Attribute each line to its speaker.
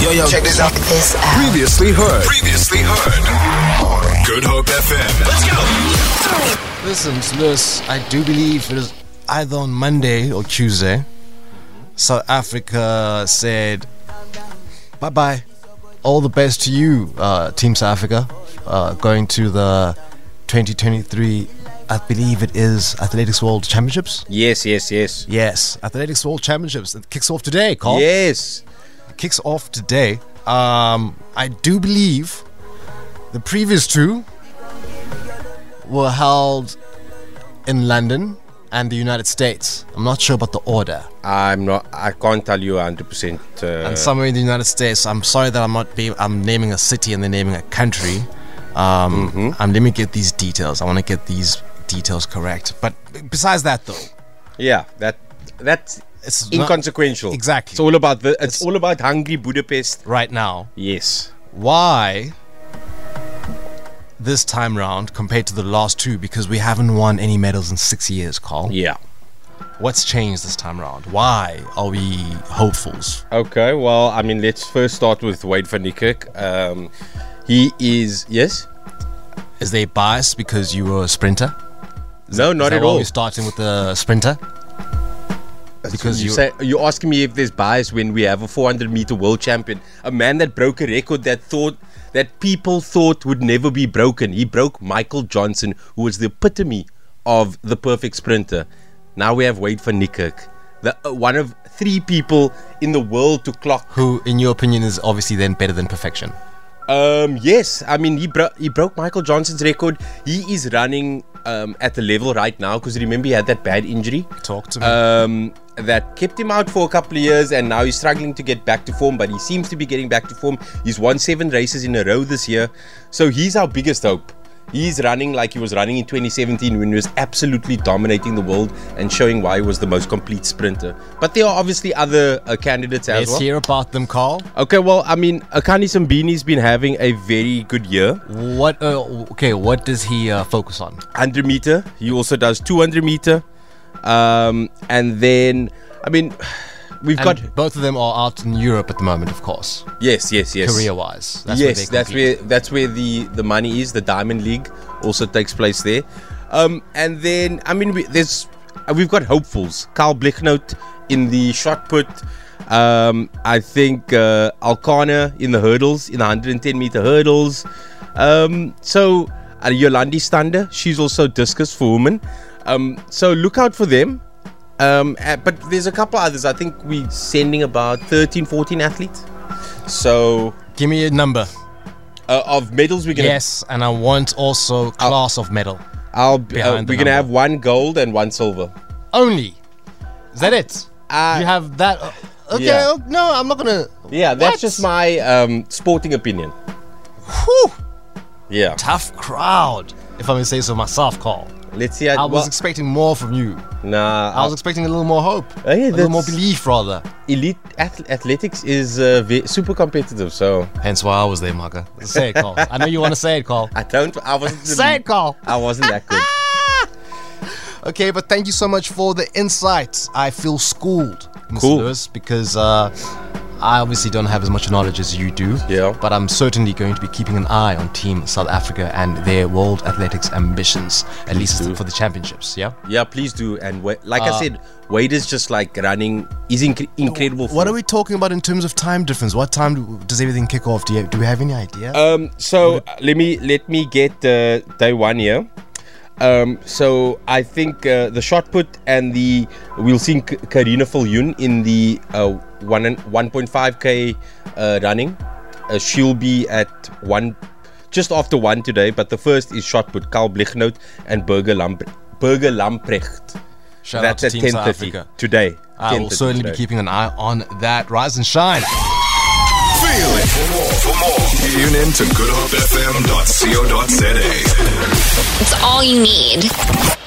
Speaker 1: Yo, yo, check this out.
Speaker 2: This out.
Speaker 3: Previously heard.
Speaker 1: Previously heard. Good Hope FM. Let's go.
Speaker 4: Listen to this. I do believe it was either on Monday or Tuesday. South Africa said, "Bye bye, all the best to you, uh, Team South Africa, uh, going to the 2023, I believe it is Athletics World Championships.
Speaker 5: Yes, yes, yes.
Speaker 4: Yes, Athletics World Championships. It kicks off today, Carl.
Speaker 5: Yes.
Speaker 4: Kicks off today. Um, I do believe the previous two were held in London and the United States. I'm not sure about the order.
Speaker 5: I'm not I can't tell you 100% uh,
Speaker 4: and somewhere in the United States. I'm sorry that I'm not. Be, I'm naming a city and then naming a country. Um, um, let me get these details. I want to get these details correct. But besides that, though,
Speaker 5: yeah, that that's
Speaker 4: It's not-
Speaker 5: inconsequential.
Speaker 4: exactly.
Speaker 5: It's all about the it's, all about hungry Budapest.
Speaker 4: right now,
Speaker 5: Yes.
Speaker 4: why this time round compared to the last two? Because we haven't won any medals in six years, Carl.
Speaker 5: Yeah.
Speaker 4: What's changed this time round? Why are we hopefuls?
Speaker 5: Okay, well, I mean, let's first start with Wade van Niekerk. Um he is yes?
Speaker 4: Is they biased because you were a sprinter?
Speaker 5: no, not
Speaker 4: Is that
Speaker 5: at
Speaker 4: why
Speaker 5: all.
Speaker 4: We're starting with the sprinter. because
Speaker 5: you
Speaker 4: you-
Speaker 5: say you're asking me if there's bias when we have a 400 meter world champion, a man that broke a record that thought that people thought would never be broken. He broke Michael Johnson, who was the epitome of the perfect sprinter. Now we have Wade van Niekerk, the uh, one of three people in the world to clock.
Speaker 4: Who, in your opinion, is obviously then better than perfection?
Speaker 5: Um, yes, I mean he bro- he broke Michael Johnson's record. He is running um, at the level right now because remember he had that bad injury.
Speaker 4: Talk to me.
Speaker 5: um, that kept him out for a couple of years, and now he's struggling to get back to form. But he seems to be getting back to form. He's won seven races in a row this year, so he's our biggest hope. He's running like he was running in 2017 when he was absolutely dominating the world and showing why he was the most complete sprinter. But there are obviously other uh, candidates as
Speaker 4: Let's
Speaker 5: well.
Speaker 4: hear about them, Carl.
Speaker 5: Okay, well, I mean, Akani Sambini's been having a very good year.
Speaker 4: What? Uh, okay, what does he uh, focus on?
Speaker 5: 100 meter. He also does 200 meter. Um, and then, I mean, we've
Speaker 4: And
Speaker 5: got.
Speaker 4: both of them are out in Europe at the moment, of course,
Speaker 5: Yes, yes, yes.
Speaker 4: career-wise.
Speaker 5: yes, that's
Speaker 4: compete.
Speaker 5: where that's where the the money is. The Diamond League also takes place there, um, and then I mean we, there's uh, we've got hopefuls. Carl Blichnout in the shot put. Um, I think uh, Alcana in the hurdles in the 110 meter hurdles. Um, so uh, Yolandi Stander, she's also discus for women. Um, so look out for them. Um, uh, but there's a couple others. I think we're sending about 13, 14 athletes. So
Speaker 4: Give me a number.
Speaker 5: uh, of medals. We're gonna Oh.
Speaker 4: Yes, and I want also class of medal.
Speaker 5: I'll, b- uh,
Speaker 4: Behind the
Speaker 5: we're gonna
Speaker 4: number.
Speaker 5: have one gold and one silver.
Speaker 4: Only. Is that it?
Speaker 5: Uh,
Speaker 4: you have that. uh, okay.
Speaker 5: yeah.
Speaker 4: oh, No, I'm not gonna.
Speaker 5: Yeah, that's
Speaker 4: What?
Speaker 5: just my um, sporting opinion.
Speaker 4: Whew,
Speaker 5: Yeah,
Speaker 4: tough crowd, if I may say so myself, Carl.
Speaker 5: let's see. I,
Speaker 4: I was
Speaker 5: Uh, well,
Speaker 4: expecting more from you.
Speaker 5: nah,
Speaker 4: I was expecting a little more hope,
Speaker 5: Oh, yeah,
Speaker 4: a little more
Speaker 5: that's-
Speaker 4: belief, rather.
Speaker 5: elite ath- athletics is uh, ve- super competitive. So
Speaker 4: Hence why I was there, Maka. Say it, Carl. I know you want to say it, Carl.
Speaker 5: I don't. I wasn't.
Speaker 4: Say it, Carl.
Speaker 5: I wasn't that good.
Speaker 4: Okay, but thank you so much for the insights. I feel schooled, Mr.
Speaker 5: Cool.
Speaker 4: Lewis, because uh, I obviously don't have as much knowledge as you do.
Speaker 5: Yeah.
Speaker 4: But I'm certainly going to be keeping an eye on Team South Africa and their World Athletics ambitions, at least
Speaker 5: do.
Speaker 4: for the championships. Yeah.
Speaker 5: Yeah, please do. And wa- like
Speaker 4: Uh.
Speaker 5: I said, Wade is just like running. He's inc- incredible.
Speaker 4: What
Speaker 5: form.
Speaker 4: are we talking about in terms of time difference? What time do, does everything kick off? Do, you, do we have any idea?
Speaker 5: Um, so uh, let me let me get uh, day one here. Um, so I think uh, the shot put and the we'll see K- Karina Falyun in the uh, one and 1.5k uh, running. Uh, she'll be at one just after one today. But the first is shot put Karl Blichnout and Berger Lamp- Berger Lamprecht.
Speaker 4: Shout
Speaker 5: That's
Speaker 4: out to
Speaker 5: at
Speaker 4: Team
Speaker 5: 10:30
Speaker 4: South Africa. Ah,
Speaker 5: today.
Speaker 4: I will
Speaker 5: 10:30
Speaker 4: certainly be
Speaker 5: today.
Speaker 4: keeping an eye on that. Rise and shine.
Speaker 1: Feel it. For more, for more, tune in to goodhopefm.co.za.
Speaker 2: It's all you need.